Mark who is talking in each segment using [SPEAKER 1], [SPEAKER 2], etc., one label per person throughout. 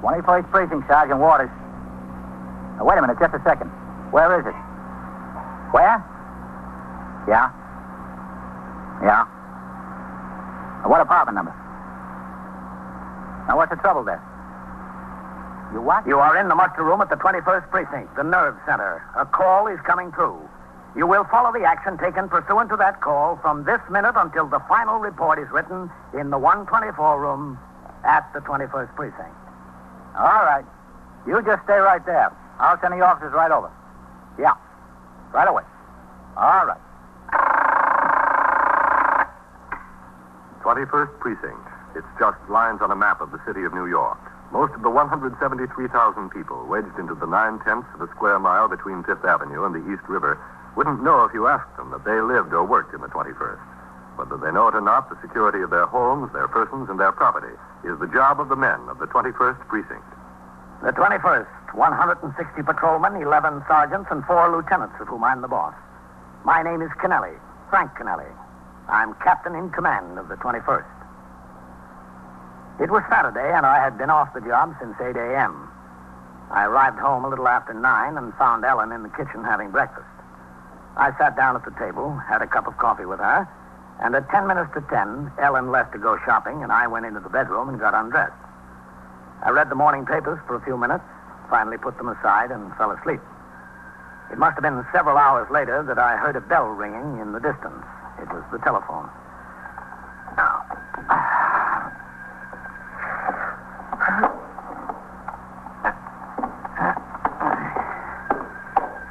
[SPEAKER 1] 21st Precinct, Sergeant Waters. Now, wait a minute, just a second. Where is it? Where? Yeah. Yeah. Now, what apartment number? Now, what's the trouble there? You what?
[SPEAKER 2] You are in the muster room at the 21st Precinct, the nerve center. A call is coming through. You will follow the action taken pursuant to that call from this minute until the final report is written in the 124 room at the 21st Precinct.
[SPEAKER 1] All right. You just stay right there. I'll send the officers right over. Yeah. Right away. All right.
[SPEAKER 3] 21st Precinct. It's just lines on a map of the city of New York. Most of the 173,000 people wedged into the nine tenths of a square mile between Fifth Avenue and the East River wouldn't know if you asked them that they lived or worked in the 21st. Whether they know it or not, the security of their homes, their persons, and their property is the job of the men of the 21st Precinct.
[SPEAKER 2] The 21st, 160 patrolmen, 11 sergeants, and four lieutenants, of whom I'm the boss. My name is Kennelly, Frank Kennelly. I'm captain in command of the 21st. It was Saturday, and I had been off the job since 8 a.m. I arrived home a little after 9 and found Ellen in the kitchen having breakfast. I sat down at the table, had a cup of coffee with her, and at 10 minutes to 10, Ellen left to go shopping, and I went into the bedroom and got undressed. I read the morning papers for a few minutes, finally put them aside, and fell asleep. It must have been several hours later that I heard a bell ringing in the distance. It was the telephone.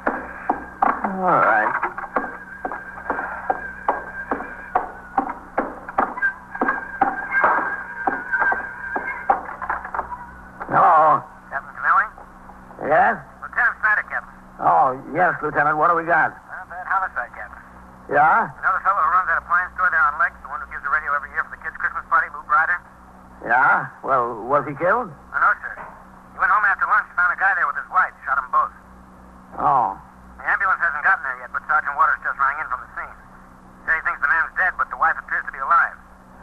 [SPEAKER 2] All right. Hello.
[SPEAKER 4] Captain Camilli?
[SPEAKER 2] Oh, Yes?
[SPEAKER 4] Lieutenant Snyder, Captain.
[SPEAKER 2] Oh, yes, Lieutenant. What do we got?
[SPEAKER 4] Not bad homicide, Captain.
[SPEAKER 2] Yeah?
[SPEAKER 4] Another fellow who runs that appliance store there on Lex, the one who gives the radio every year for the kids' Christmas party, Boob Ryder?
[SPEAKER 2] Yeah? Well, was he killed?
[SPEAKER 4] Oh, no, sir. He went home after lunch, found a guy there with his wife, shot them both.
[SPEAKER 2] Oh.
[SPEAKER 4] The ambulance hasn't gotten there yet, but Sergeant Waters just rang in from the scene. Said he thinks the man's dead, but the wife appears to be alive.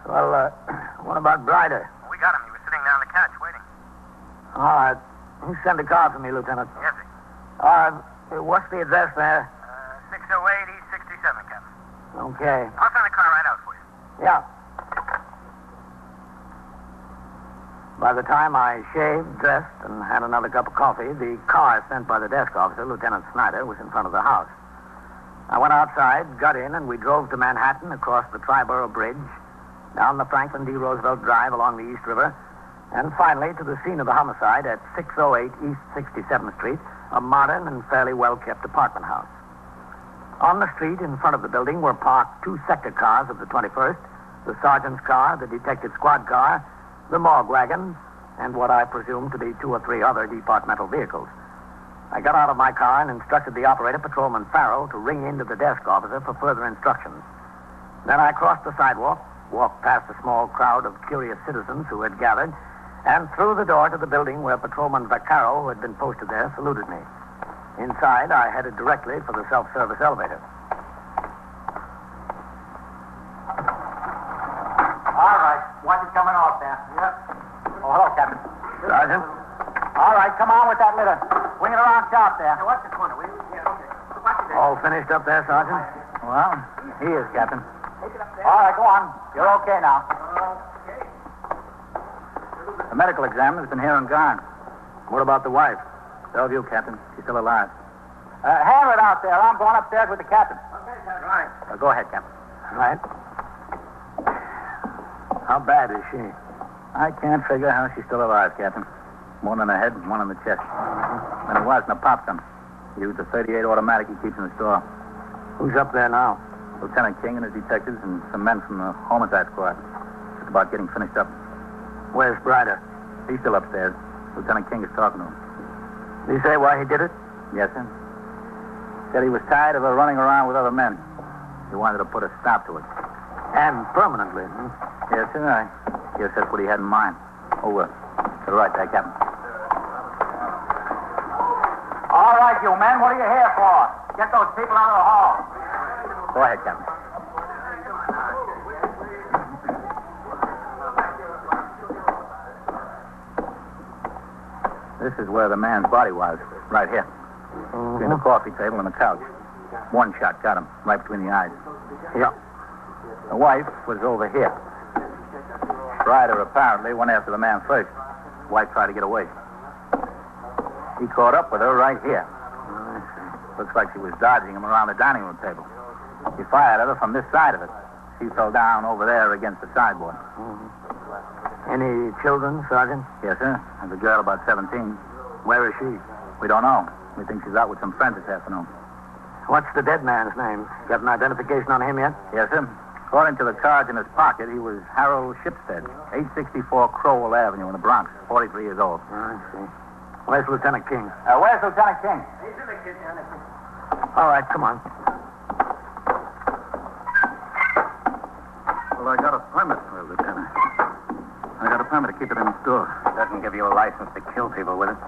[SPEAKER 2] Well, uh, what about Brighter?
[SPEAKER 4] We got him. He was sitting down on the couch waiting.
[SPEAKER 2] All right. You send a car for me, Lieutenant.
[SPEAKER 4] Yes, sir.
[SPEAKER 2] Uh, what's the address there?
[SPEAKER 4] Uh, 608 East 67, Captain.
[SPEAKER 2] Okay.
[SPEAKER 4] I'll send the car right out for you.
[SPEAKER 2] Yeah. By the time I shaved, dressed, and had another cup of coffee, the car sent by the desk officer, Lieutenant Snyder, was in front of the house. I went outside, got in, and we drove to Manhattan across the Triborough Bridge, down the Franklin D. Roosevelt Drive along the East River, and finally to the scene of the homicide at 608 East 67th Street, a modern and fairly well kept apartment house. On the street in front of the building were parked two sector cars of the 21st, the sergeant's car, the detective squad car, the morgue wagon, and what I presume to be two or three other departmental vehicles. I got out of my car and instructed the operator, Patrolman Farrell, to ring into the desk officer for further instructions. Then I crossed the sidewalk, walked past a small crowd of curious citizens who had gathered, and through the door to the building where Patrolman Vaccaro, who had been posted there, saluted me. Inside, I headed directly for the self service elevator.
[SPEAKER 1] All right. Watch it coming off there. Yep. Oh, hello, Captain.
[SPEAKER 2] Sergeant?
[SPEAKER 1] All right, come on with that litter. Swing it around sharp there.
[SPEAKER 4] Watch the corner, will you? Yeah, okay. Watch it
[SPEAKER 2] All finished up there, Sergeant?
[SPEAKER 1] Well, he is, Captain. All right, go on. You're okay now. The medical examiner's been here and gone. What about the wife? So have you, Captain. She's still alive. Uh, hang it out there. I'm going upstairs with the captain.
[SPEAKER 4] Right.
[SPEAKER 1] Uh, go ahead, Captain.
[SPEAKER 2] Right. How bad is she?
[SPEAKER 1] I can't figure how she's still alive, Captain. One in the head and one in the chest. And it was in a pop gun. He used a 38 automatic he keeps in the store.
[SPEAKER 2] Who's up there now?
[SPEAKER 1] Lieutenant King and his detectives and some men from the homicide squad. Just about getting finished up.
[SPEAKER 2] Where's Brighter?
[SPEAKER 1] He's still upstairs. Lieutenant King is talking to him.
[SPEAKER 2] Did he say why he did it?
[SPEAKER 1] Yes, sir. Said he was tired of her running around with other men. He wanted to put a stop to it.
[SPEAKER 2] And permanently. hmm?
[SPEAKER 1] Yes, sir. I guess that's what he had in mind. Oh, well. To the right there, Captain. All right, you men. What are you here for? Get those people out of the hall. Go ahead, Captain. This is where the man's body was, right here. Between the coffee table and the couch. One shot got him, right between the eyes.
[SPEAKER 5] Yeah.
[SPEAKER 1] The wife was over here. Ryder apparently went after the man first. Wife tried to get away. He caught up with her right here. Looks like she was dodging him around the dining room table. He fired at her from this side of it. She fell down over there against the sideboard.
[SPEAKER 5] Any children, Sergeant?
[SPEAKER 1] Yes, sir. There's a girl about 17.
[SPEAKER 5] Where is she?
[SPEAKER 1] We don't know. We think she's out with some friends this afternoon.
[SPEAKER 5] What's the dead man's name? Got an identification on him yet?
[SPEAKER 1] Yes, sir. According to the cards in his pocket, he was Harold Shipstead, 864 Crowell Avenue in the Bronx, 43 years old.
[SPEAKER 5] Oh, I see. Where's Lieutenant King?
[SPEAKER 1] Uh, where's Lieutenant King?
[SPEAKER 5] All right, come on.
[SPEAKER 2] Well, I got a permit for it, Lieutenant. I got a permit to keep it in the store.
[SPEAKER 1] Doesn't give you a license to kill people with it.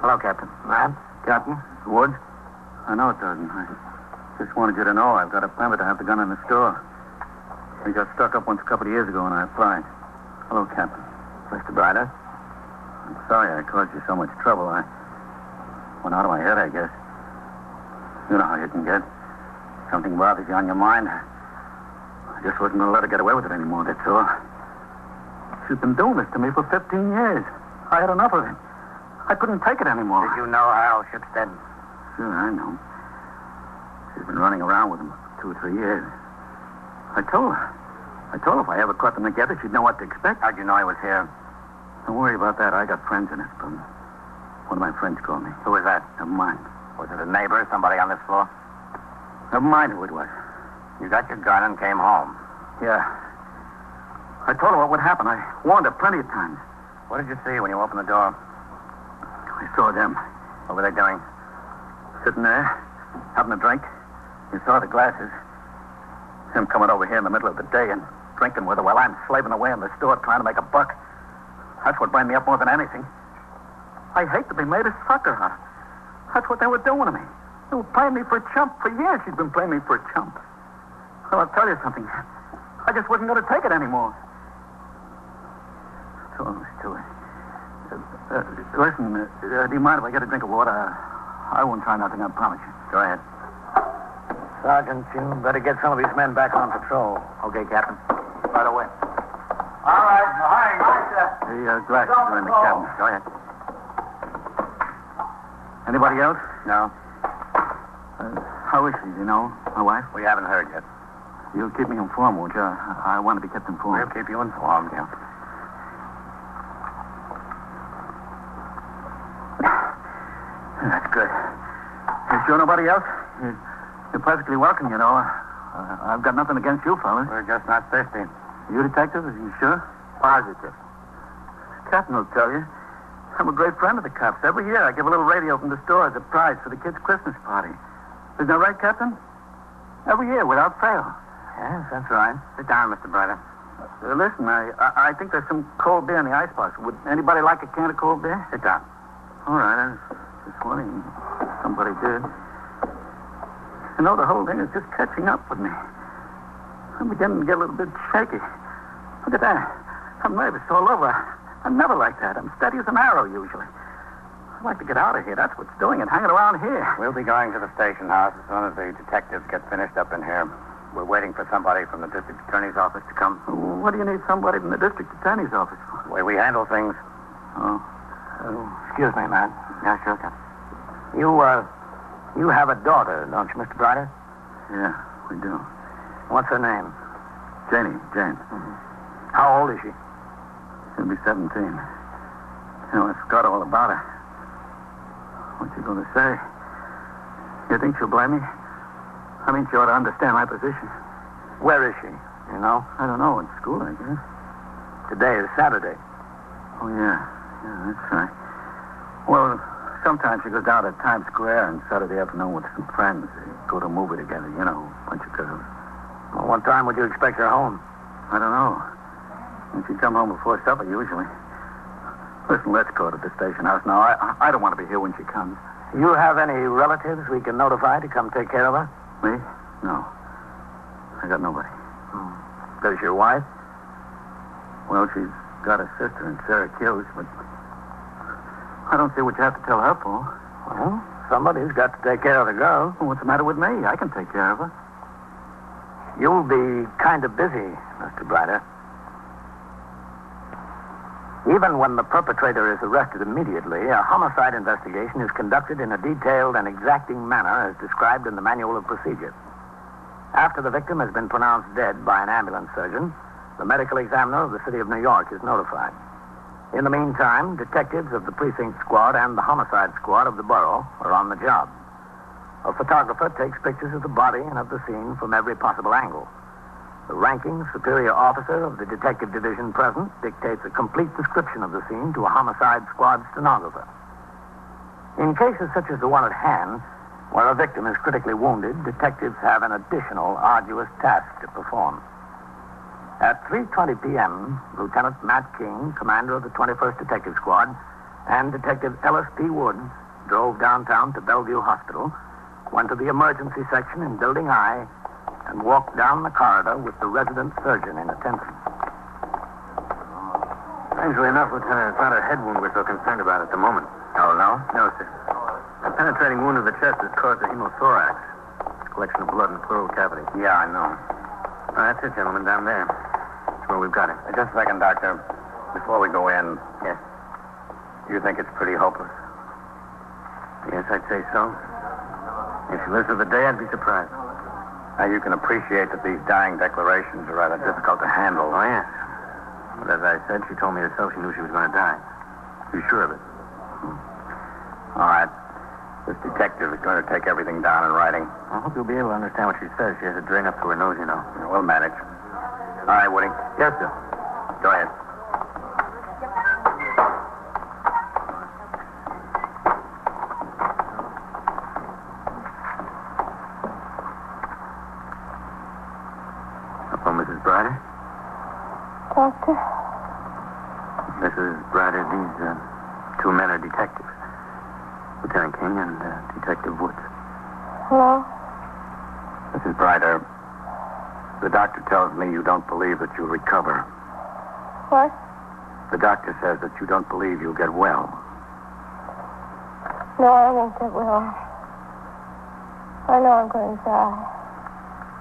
[SPEAKER 5] Hello, Captain. Ma'am?
[SPEAKER 2] Captain, Wood? I know it doesn't. I just wanted you to know I've got a permit to have the gun in the store. We got stuck up once a couple of years ago when I applied. Hello, Captain.
[SPEAKER 5] Mr. Brider?
[SPEAKER 2] I'm sorry I caused you so much trouble. I went out of my head, I guess. You know how you can get. Something bothers you on your mind. I just wasn't going to let her get away with it anymore, that's all. She's been doing this to me for 15 years. I had enough of it. I couldn't take it anymore.
[SPEAKER 5] Did you know Harold Shipstead?
[SPEAKER 2] Sure, I know. She's been running around with him for two or three years. I told her. I told her if I ever caught them together, she'd know what to expect. How'd you know I was here? Don't worry about that. I got friends in it, but one of my friends called me. Who was that? Never mind.
[SPEAKER 5] Was it a neighbor, somebody on this floor?
[SPEAKER 2] Never mind who it was.
[SPEAKER 5] You got your gun and came home.
[SPEAKER 2] Yeah. I told her what would happen. I warned her plenty of times.
[SPEAKER 5] What did you see when you opened the door?
[SPEAKER 2] I saw them
[SPEAKER 5] What were they doing?
[SPEAKER 2] sitting there, having a drink. You saw the glasses. Him coming over here in the middle of the day and drinking with her while I'm slaving away in the store trying to make a buck. That's what burned me up more than anything. I hate to be made a sucker out of. That's what they were doing to me. They were playing me for a chump. For years she'd been playing me for a chump. Well, I'll tell you something. I just wasn't going to take it anymore. So, Stuart, uh, uh, listen, uh, uh, do you mind if I get a drink of water? I won't try nothing, I promise you. Go ahead.
[SPEAKER 5] Sergeant, you better get some of these men back on patrol.
[SPEAKER 1] Okay, Captain.
[SPEAKER 2] Right away.
[SPEAKER 1] All right, in a hurry,
[SPEAKER 2] The uh, glasses are in the cabin. Go ahead. Anybody else? No. Uh, how is she, do you know? My wife?
[SPEAKER 5] We haven't heard yet.
[SPEAKER 2] You'll keep me informed, won't you? I, I want to be kept informed.
[SPEAKER 5] We'll keep you informed, yeah.
[SPEAKER 2] That's good. You sure nobody else? You're, you're perfectly welcome, you know. Uh, I've got nothing against you, fellas.
[SPEAKER 5] We're just not thirsty.
[SPEAKER 2] You detective, are you sure? Positive. Captain will tell you. I'm a great friend of the cops. Every year I give a little radio from the store as a prize for the kids' Christmas party. Isn't that right, Captain? Every year, without fail.
[SPEAKER 5] Yes, that's right. Sit down, Mr. Brider.
[SPEAKER 2] Uh, listen, I, I I think there's some cold beer in the icebox. Would anybody like a can of cold beer?
[SPEAKER 5] Sit down.
[SPEAKER 2] All right, I was just wondering if somebody did. You know, the whole thing is just catching up with me. I'm beginning to get a little bit shaky. Look at that. I'm nervous all over. I'm never like that. I'm steady as an arrow, usually. I'd like to get out of here. That's what's doing it, hanging around here.
[SPEAKER 5] We'll be going to the station house as soon as the detectives get finished up in here. We're waiting for somebody from the district attorney's office to come.
[SPEAKER 2] What do you need somebody from the district attorney's office for?
[SPEAKER 5] The way we handle things.
[SPEAKER 2] Oh.
[SPEAKER 5] Excuse me, man. Uh, Yeah, sure, Captain. You, uh, you have a daughter, don't you, Mr. Brider?
[SPEAKER 2] Yeah, we do.
[SPEAKER 5] What's her name?
[SPEAKER 2] Janie, Jane.
[SPEAKER 5] How old is she?
[SPEAKER 2] She'll be 17. You know, I forgot all about her. What you going to say? You think she'll blame me? I mean, she ought to understand my position.
[SPEAKER 5] Where is she? You know?
[SPEAKER 2] I don't know. At school, I guess.
[SPEAKER 5] Today is Saturday.
[SPEAKER 2] Oh, yeah. Yeah, that's right. Well, sometimes she goes down to Times Square on Saturday afternoon with some friends. They go to a movie together, you know, bunch of girls.
[SPEAKER 5] Well, what time would you expect her home?
[SPEAKER 2] I don't know. And she'd come home before supper, usually. Listen, let's go to the station house now. I, I- I don't want to be here when she comes.
[SPEAKER 5] Do you have any relatives we can notify to come take care of her?
[SPEAKER 2] Me? No. I got nobody.
[SPEAKER 5] Does your wife?
[SPEAKER 2] Well, she's got a sister in Syracuse, but I don't see what you have to tell her for.
[SPEAKER 5] Well, somebody's got to take care of the girl.
[SPEAKER 2] Well, what's the matter with me? I can take care of her.
[SPEAKER 5] You'll be kind of busy, Mr. Brighter. Even when the perpetrator is arrested immediately, a homicide investigation is conducted in a detailed and exacting manner as described in the manual of procedure. After the victim has been pronounced dead by an ambulance surgeon, the medical examiner of the city of New York is notified. In the meantime, detectives of the precinct squad and the homicide squad of the borough are on the job. A photographer takes pictures of the body and of the scene from every possible angle. The ranking superior officer of the detective division present dictates a complete description of the scene to a homicide squad stenographer. In cases such as the one at hand, where a victim is critically wounded, detectives have an additional arduous task to perform. At 3:20 p.m., Lieutenant Matt King, commander of the 21st Detective Squad, and Detective Ellis P. Wood drove downtown to Bellevue Hospital, went to the emergency section in Building I, and walked down the corridor with the resident surgeon in attendance.
[SPEAKER 6] Strangely enough, Lieutenant, it's not a head wound we're so concerned about at the moment.
[SPEAKER 2] Oh, no?
[SPEAKER 6] No, sir. A penetrating wound of the chest is caused a hemothorax, a collection of blood in the pleural cavity.
[SPEAKER 2] Yeah, I know.
[SPEAKER 6] Oh, that's it, gentlemen, down there. That's where we've got him.
[SPEAKER 2] Uh, Just a second, Doctor. Before we go in,
[SPEAKER 6] Yes.
[SPEAKER 2] you think it's pretty hopeless?
[SPEAKER 6] Yes, I'd say so. If she lives with the day, I'd be surprised.
[SPEAKER 2] Now, you can appreciate that these dying declarations are rather difficult to handle.
[SPEAKER 6] Oh, yes. But as I said, she told me herself she knew she was going to die. You sure of it?
[SPEAKER 2] All right. This detective is going to take everything down in writing.
[SPEAKER 6] I hope you'll be able to understand what she says. She has a drain up to her nose, you know.
[SPEAKER 2] We'll manage. All right, Woody.
[SPEAKER 6] Yes, sir.
[SPEAKER 2] Go ahead.
[SPEAKER 6] Oh, Mrs. Brider?
[SPEAKER 7] Doctor?
[SPEAKER 6] Mrs. Brider, these uh, two men are detectives. Lieutenant King and uh, Detective Woods.
[SPEAKER 7] Hello?
[SPEAKER 2] Mrs. Brighter, the doctor tells me you don't believe that you'll recover.
[SPEAKER 7] What?
[SPEAKER 2] The doctor says that you don't believe you'll get well.
[SPEAKER 7] No, I don't think that will. I know I'm going to die.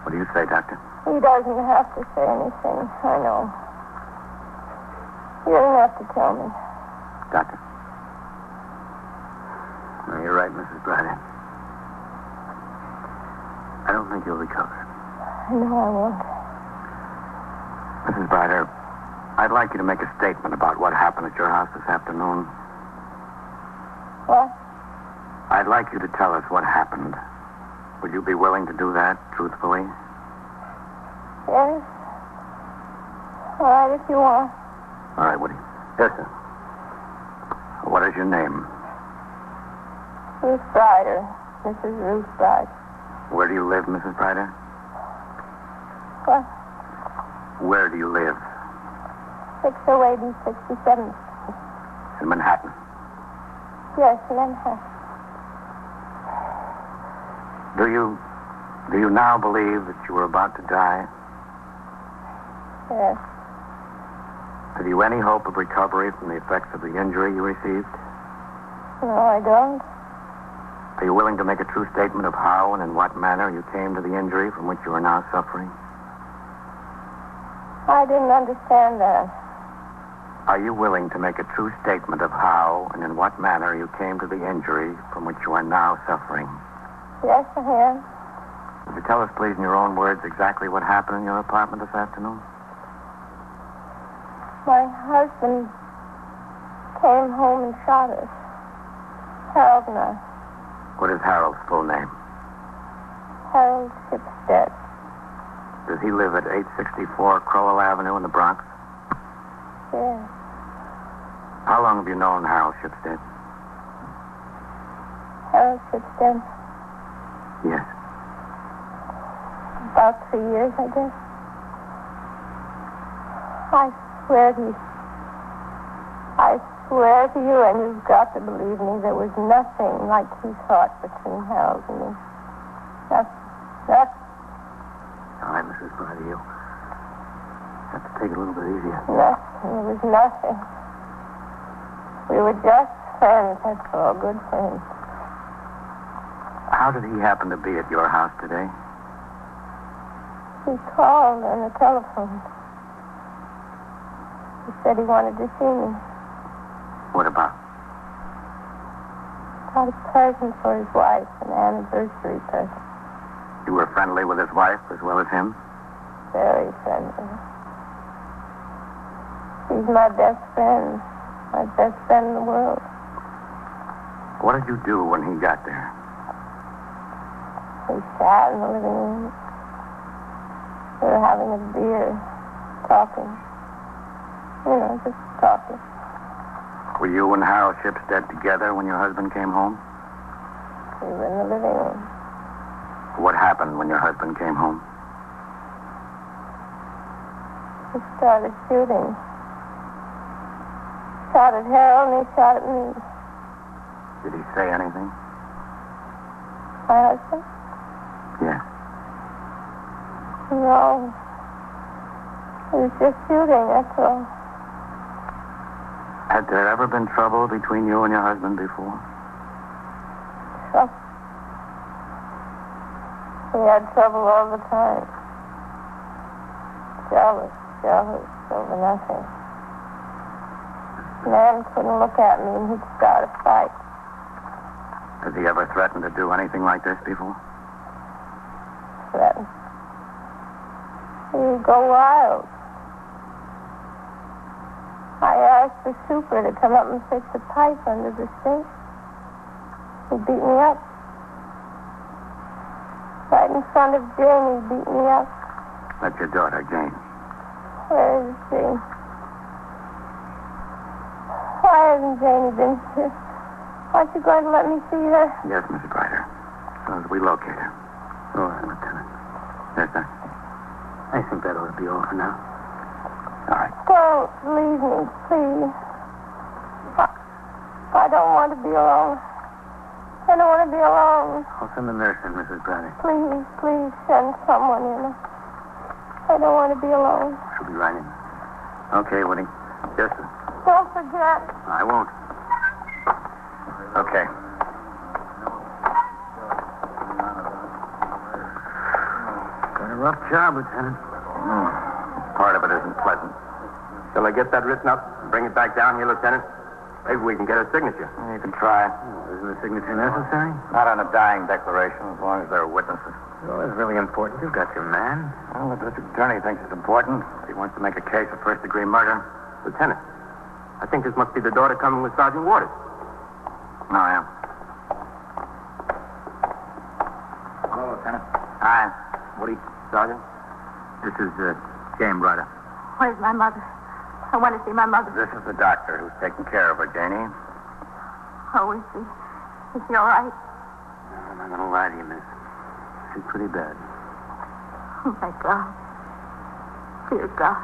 [SPEAKER 2] What do you say, Doctor?
[SPEAKER 7] He doesn't have to say anything. I know. You don't have to tell me.
[SPEAKER 2] Doctor?
[SPEAKER 6] No, you're right, Mrs. Brider. I don't think you'll recover.
[SPEAKER 7] I know I won't.
[SPEAKER 2] Mrs. Brighter, I'd like you to make a statement about what happened at your house this afternoon.
[SPEAKER 7] What?
[SPEAKER 2] I'd like you to tell us what happened. Would you be willing to do that truthfully?
[SPEAKER 7] Yes? All right, if you want.
[SPEAKER 2] All right, Woody.
[SPEAKER 6] Yes, sir.
[SPEAKER 2] What is your name?
[SPEAKER 7] Ruth Brider. Mrs. Ruth Brider.
[SPEAKER 2] Where do you live, Mrs. Brighter?
[SPEAKER 7] What?
[SPEAKER 2] Where do you live?
[SPEAKER 7] 608 and 67th.
[SPEAKER 2] In Manhattan.
[SPEAKER 7] Yes, Manhattan.
[SPEAKER 2] Do you do you now believe that you were about to die?
[SPEAKER 7] Yes.
[SPEAKER 2] Have you any hope of recovery from the effects of the injury you received?
[SPEAKER 7] No, I don't.
[SPEAKER 2] Are you willing to make a true statement of how and in what manner you came to the injury from which you are now suffering?
[SPEAKER 7] I didn't understand that.
[SPEAKER 2] Are you willing to make a true statement of how and in what manner you came to the injury from which you are now suffering?
[SPEAKER 7] Yes, I am.
[SPEAKER 2] Would you tell us, please, in your own words, exactly what happened in your apartment this afternoon?
[SPEAKER 7] My husband came home and shot us. Harold and I.
[SPEAKER 2] What is Harold's full name?
[SPEAKER 7] Harold Shipstead.
[SPEAKER 2] Does he live at 864 Crowell Avenue in the Bronx?
[SPEAKER 7] Yes.
[SPEAKER 2] How long have you known Harold Shipstead?
[SPEAKER 7] Harold Shipstead.
[SPEAKER 2] Yes.
[SPEAKER 7] About three years, I guess. I swear to you. I swear to you, and you've got to believe me, there was nothing like he thought between Harold and me. Nothing. Nothing.
[SPEAKER 6] All right, Mrs. Brider, you have to take it a little bit easier.
[SPEAKER 7] Nothing. There was nothing. We were just friends, that's all, good friends.
[SPEAKER 2] How did he happen to be at your house today?
[SPEAKER 7] He called on the telephone. He said he wanted to see me.
[SPEAKER 2] What about?
[SPEAKER 7] Got a present for his wife, an anniversary present.
[SPEAKER 2] You were friendly with his wife as well as him?
[SPEAKER 7] Very friendly. He's my best friend. My best friend in the world.
[SPEAKER 2] What did you do when he got there?
[SPEAKER 7] We sat in the living room. We were having a beer, talking. You know, just talking.
[SPEAKER 2] Were you and Harold Shipstead together when your husband came home?
[SPEAKER 7] We were in the living room.
[SPEAKER 2] What happened when your husband came home?
[SPEAKER 7] He started shooting. Shot at Harold and he shot at me.
[SPEAKER 2] Did he say anything?
[SPEAKER 7] My husband?
[SPEAKER 2] Yes.
[SPEAKER 7] No. He was just shooting, that's all.
[SPEAKER 2] Had there ever been trouble between you and your husband before?
[SPEAKER 7] Trouble. We had trouble all the time. Jealous, jealous over nothing. Man couldn't look at me and he'd start a fight.
[SPEAKER 2] Has he ever threatened to do anything like this before?
[SPEAKER 7] Threatened. He would go wild. I asked the super to come up and fix the pipe under the sink. He beat me up. Right in front of Jane, he beat me up.
[SPEAKER 2] That's your daughter, Jane.
[SPEAKER 7] Where is Jane? Why hasn't Janie been here? Aren't you going to let me see her?
[SPEAKER 2] Yes, Mrs. Ryder. As soon as we locate her.
[SPEAKER 6] All right, Lieutenant.
[SPEAKER 2] Yes, sir.
[SPEAKER 6] I think that ought to be all for now.
[SPEAKER 2] All right.
[SPEAKER 7] Don't leave me, please. I, I don't want to be alone. I don't want to be alone.
[SPEAKER 6] I'll send the nurse in, Mrs. Bradley.
[SPEAKER 7] Please, please send someone in. I don't want to be alone.
[SPEAKER 6] She'll be right in. Okay, Woody.
[SPEAKER 2] Yes, sir.
[SPEAKER 7] Don't forget.
[SPEAKER 6] I won't.
[SPEAKER 2] Okay.
[SPEAKER 6] Got a rough job, Lieutenant.
[SPEAKER 2] Part of it isn't pleasant.
[SPEAKER 3] Shall I get that written up and bring it back down here, Lieutenant? Maybe we can get a signature.
[SPEAKER 2] You can try.
[SPEAKER 6] Isn't a signature necessary?
[SPEAKER 2] Not on a dying declaration, as long as there are witnesses.
[SPEAKER 6] Well, it's really important. You've got your man.
[SPEAKER 2] Well, the district attorney thinks it's important. He wants to make a case of first degree murder.
[SPEAKER 3] Lieutenant, I think this must be the daughter coming with Sergeant Waters.
[SPEAKER 2] No, I am.
[SPEAKER 1] Hello, Lieutenant.
[SPEAKER 2] Hi.
[SPEAKER 1] Woody. Sergeant. This is uh, James Ryder.
[SPEAKER 8] Where's my mother? I want to see my mother.
[SPEAKER 2] This is the doctor who's taking care of her, Janie.
[SPEAKER 8] Oh, is she? Is she all right?
[SPEAKER 6] I'm not going to lie to you, miss. She's pretty bad.
[SPEAKER 8] Oh, my God. Dear God.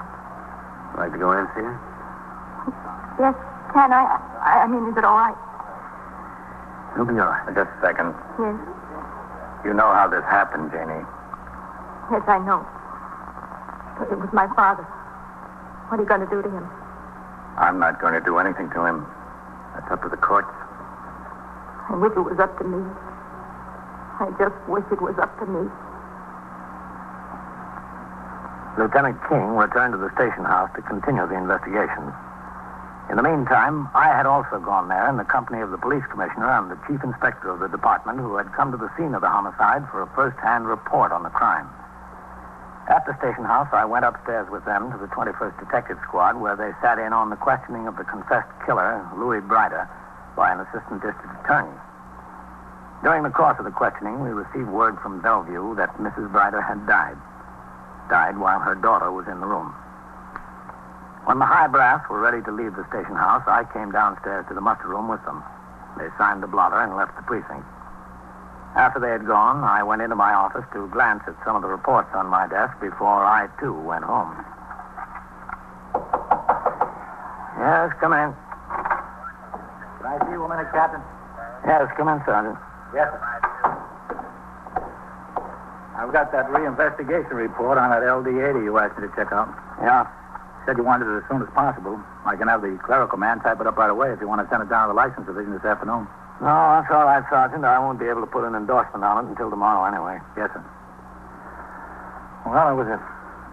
[SPEAKER 6] Like to go in and see her?
[SPEAKER 8] Yes, can I? I, I mean, is it all right?
[SPEAKER 6] She'll be all right.
[SPEAKER 2] Just a second.
[SPEAKER 8] Yes.
[SPEAKER 2] You know how this happened, Janie.
[SPEAKER 8] Yes, I know. But it was my father. What are you going to do to him?
[SPEAKER 2] I'm not going to do anything to him. That's up to the courts.
[SPEAKER 8] I wish it was up to me. I just wish it was up to me.
[SPEAKER 5] Lieutenant King returned to the station house to continue the investigation. In the meantime, I had also gone there in the company of the police commissioner and the chief inspector of the department who had come to the scene of the homicide for a first-hand report on the crime. At the station house, I went upstairs with them to the 21st Detective Squad where they sat in on the questioning of the confessed killer, Louis Brider, by an assistant district attorney. During the course of the questioning, we received word from Bellevue that Mrs. Brider had died died while her daughter was in the room. When the high brass were ready to leave the station house, I came downstairs to the muster room with them. They signed the blotter and left the precinct. After they had gone, I went into my office to glance at some of the reports on my desk before I, too, went home. Yes, come in.
[SPEAKER 1] Can I see you a minute, Captain?
[SPEAKER 5] Yes, come in, Sergeant.
[SPEAKER 1] Yes, I've got that reinvestigation report on that LD-80 you asked me to check out.
[SPEAKER 5] Yeah.
[SPEAKER 1] Said you wanted it as soon as possible. I can have the clerical man type it up right away if you want to send it down to the license division this afternoon.
[SPEAKER 5] No, that's all right, Sergeant. I won't be able to put an endorsement on it until tomorrow anyway.
[SPEAKER 1] Yes, sir. Well, it was a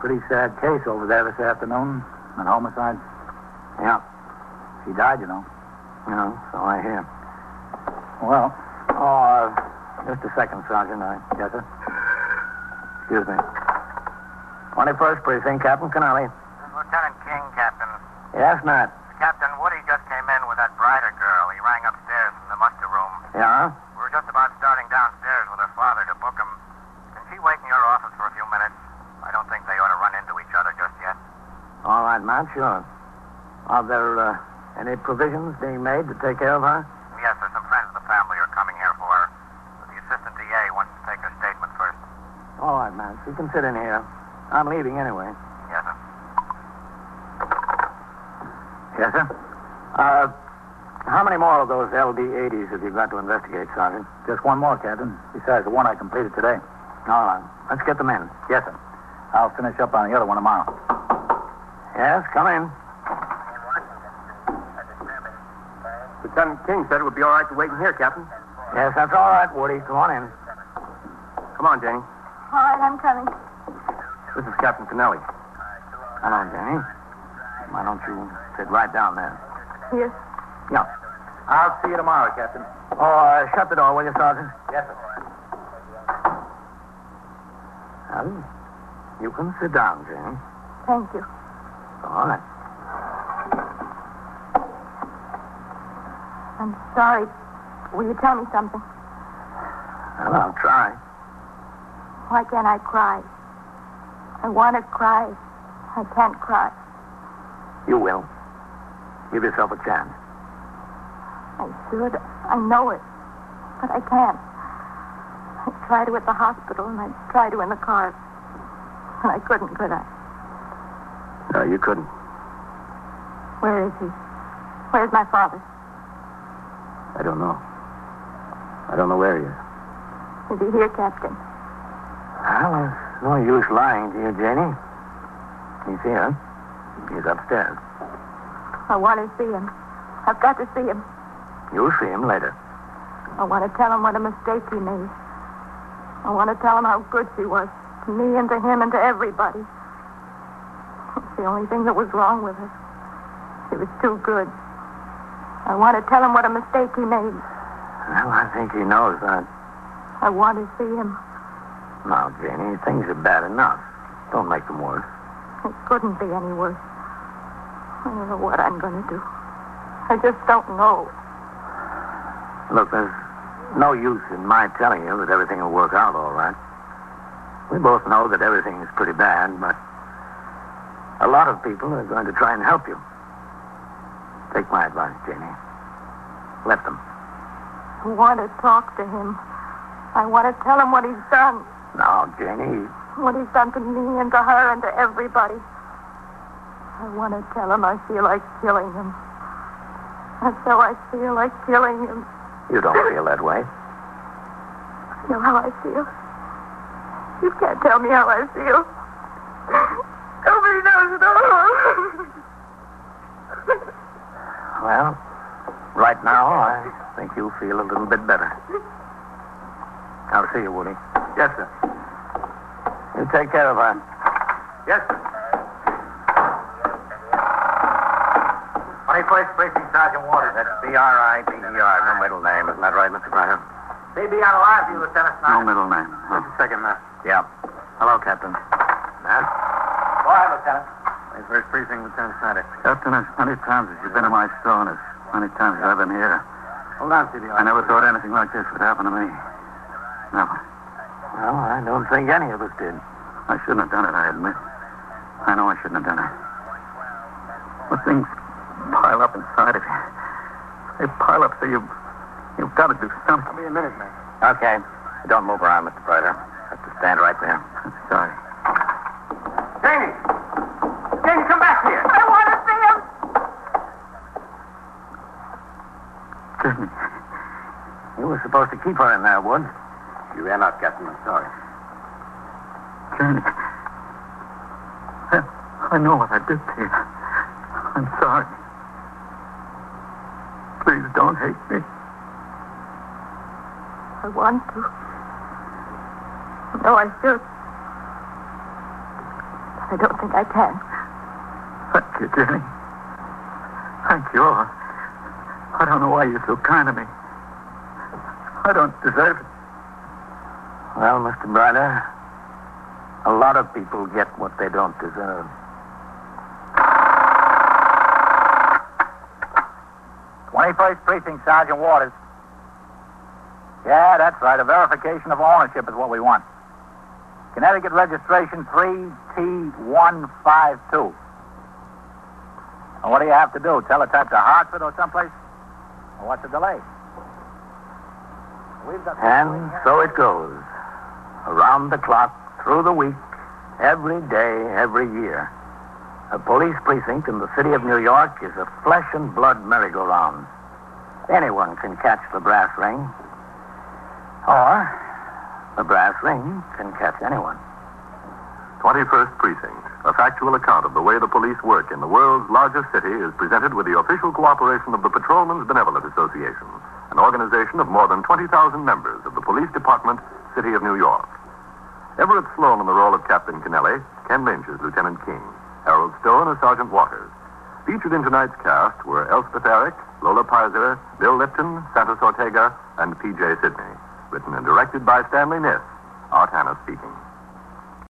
[SPEAKER 1] pretty sad case over there this afternoon. An homicide.
[SPEAKER 5] Yeah.
[SPEAKER 1] She died, you know.
[SPEAKER 5] Yeah, so I hear.
[SPEAKER 1] Well,
[SPEAKER 5] Oh, uh, just a second, Sergeant. I... Yes, sir. Excuse me. 21st Precinct, Captain Canale.
[SPEAKER 4] Lieutenant King, Captain.
[SPEAKER 5] Yes, Matt.
[SPEAKER 4] Captain Woody just came in with that brighter girl. He rang upstairs from the muster room.
[SPEAKER 5] Yeah?
[SPEAKER 4] We were just about starting downstairs with her father to book him. Can she wait in your office for a few minutes? I don't think they ought to run into each other just yet.
[SPEAKER 5] All right, Matt, sure. Are there uh, any provisions being made to take care of her?
[SPEAKER 4] Yes, sir. Some friends of the family are coming here for her. The assistant DA wants to take her statement first.
[SPEAKER 5] All right, Matt. You can sit in here. I'm leaving anyway.
[SPEAKER 4] Yes, sir.
[SPEAKER 1] yes, sir.
[SPEAKER 5] Uh, how many more of those LD-80s have you got to investigate, Sergeant?
[SPEAKER 1] Just one more, Captain. Besides the one I completed today.
[SPEAKER 5] All right. Let's get them in.
[SPEAKER 1] Yes, sir. I'll finish up on the other one tomorrow.
[SPEAKER 5] Yes, come in.
[SPEAKER 9] Lieutenant King said it would be all right to wait in here, Captain.
[SPEAKER 5] Yes, that's all right, Woody. Come on in.
[SPEAKER 9] Come on, Jenny.
[SPEAKER 8] All right, I'm coming.
[SPEAKER 9] This is Captain Finelli.
[SPEAKER 5] Come on, Jenny. Why don't you sit right down there?
[SPEAKER 8] Yes.
[SPEAKER 5] Yeah.
[SPEAKER 9] I'll see you tomorrow, Captain.
[SPEAKER 5] Oh, uh, shut the door, will you, Sergeant?
[SPEAKER 9] Yes, sir.
[SPEAKER 5] Well, you can sit down, Jenny.
[SPEAKER 8] Thank you.
[SPEAKER 5] All right.
[SPEAKER 8] I'm sorry. Will you tell me something?
[SPEAKER 5] Well, I'll try.
[SPEAKER 8] Why can't I cry? I want to cry. I can't cry.
[SPEAKER 5] You will. Give yourself a chance.
[SPEAKER 8] I should. I know it. But I can't. I tried to at the hospital and I tried to in the car. And I couldn't, could I?
[SPEAKER 6] No, you couldn't.
[SPEAKER 8] Where is he? Where's my father?
[SPEAKER 6] I don't know. I don't know where he is.
[SPEAKER 8] Is he here, Captain?
[SPEAKER 5] Well, there's no use lying to you, Jenny. He's here. He's upstairs.
[SPEAKER 8] I want to see him. I've got to see him.
[SPEAKER 5] You'll see him later.
[SPEAKER 8] I want to tell him what a mistake he made. I want to tell him how good she was to me and to him and to everybody. It's the only thing that was wrong with her. She was too good. I want to tell him what a mistake he made.
[SPEAKER 5] Well, I think he knows that.
[SPEAKER 8] I want to see him.
[SPEAKER 5] Now, Jenny, things are bad enough. Don't make them worse.
[SPEAKER 8] It couldn't be any worse. I don't know what I'm going to do. I just don't know.
[SPEAKER 5] Look, there's no use in my telling you that everything will work out all right. We both know that everything is pretty bad, but a lot of people are going to try and help you. Take my advice, Jenny. Let them.
[SPEAKER 8] I want to talk to him. I want to tell him what he's done.
[SPEAKER 5] Now, Jenny,
[SPEAKER 8] What he's done to me and to her and to everybody. I want to tell him I feel like killing him. That's how I feel like killing him.
[SPEAKER 5] you don't feel that way.
[SPEAKER 8] You know how I feel? You can't tell me how I feel. Nobody knows at all.
[SPEAKER 5] Well, right now, I think you feel a little bit better. I'll see you, Woody.
[SPEAKER 9] Yes, sir.
[SPEAKER 5] You take care of her.
[SPEAKER 9] Yes, sir.
[SPEAKER 5] 21st Precinct Sergeant Waters. That's
[SPEAKER 10] E
[SPEAKER 5] B-R-I-D-E-R. No middle name. Isn't that right, Mr. Ryder?
[SPEAKER 4] They be out alive,
[SPEAKER 5] E
[SPEAKER 4] you, Lieutenant
[SPEAKER 6] No middle name. Huh?
[SPEAKER 9] Second, Matt.
[SPEAKER 5] Yeah. Hello, Captain. Matt?
[SPEAKER 4] Go ahead, Lieutenant.
[SPEAKER 9] 21st Precinct, Lieutenant Snyder.
[SPEAKER 6] Captain, as many times as you've been in my store, and as many times as I've been here,
[SPEAKER 9] Hold on, CBI.
[SPEAKER 6] I never thought anything like this would happen to me. Never.
[SPEAKER 5] Well, I don't think any of us did.
[SPEAKER 6] I shouldn't have done it, I admit. I know I shouldn't have done it. But things pile up inside of you. They pile up so you, you've got to do something.
[SPEAKER 9] Be a minute, Matt.
[SPEAKER 5] Okay. Don't move around, Mr. Ryder. Have to stand right there.
[SPEAKER 6] I'm sorry.
[SPEAKER 9] Janie! Janie, come back here!
[SPEAKER 8] I want to see him.
[SPEAKER 6] Excuse me.
[SPEAKER 5] You were supposed to keep her in there, Wood.
[SPEAKER 9] You ran out, Captain. I'm sorry.
[SPEAKER 6] Janie. That
[SPEAKER 10] I know what I did to you. I'm sorry. Please don't hate me.
[SPEAKER 8] I want to. No, I should. I don't think I can.
[SPEAKER 10] Thank you, Jenny. Thank you. all. I don't know why you're so kind to me. I don't deserve it.
[SPEAKER 5] Well, Mr. Brider, a lot of people get what they don't deserve.
[SPEAKER 2] Twenty-first precinct, Sergeant Waters. Yeah, that's right. A verification of ownership is what we want. Connecticut registration 3T152. Now, what do you have to do? Teletype to Hartford or someplace? Well, what's the delay? We've got
[SPEAKER 5] And so it goes. Around the clock, through the week, every day, every year. A police precinct in the city of New York is a flesh and blood merry-go-round. Anyone can catch the brass ring. Or the brass ring can catch anyone.
[SPEAKER 3] 21st Precinct, a factual account of the way the police work in the world's largest city, is presented with the official cooperation of the Patrolmen's Benevolent Association, an organization of more than 20,000 members of the Police Department, City of New York. Everett Sloan in the role of Captain Kennelly, Ken Lynch as Lieutenant King, Harold Stone as Sergeant Waters. Featured in tonight's cast were Elspeth Eric, Lola Pizer, Bill Lipton, Santos Ortega, and P.J. Sidney. Written and directed by Stanley Niss. Art Hannah speaking.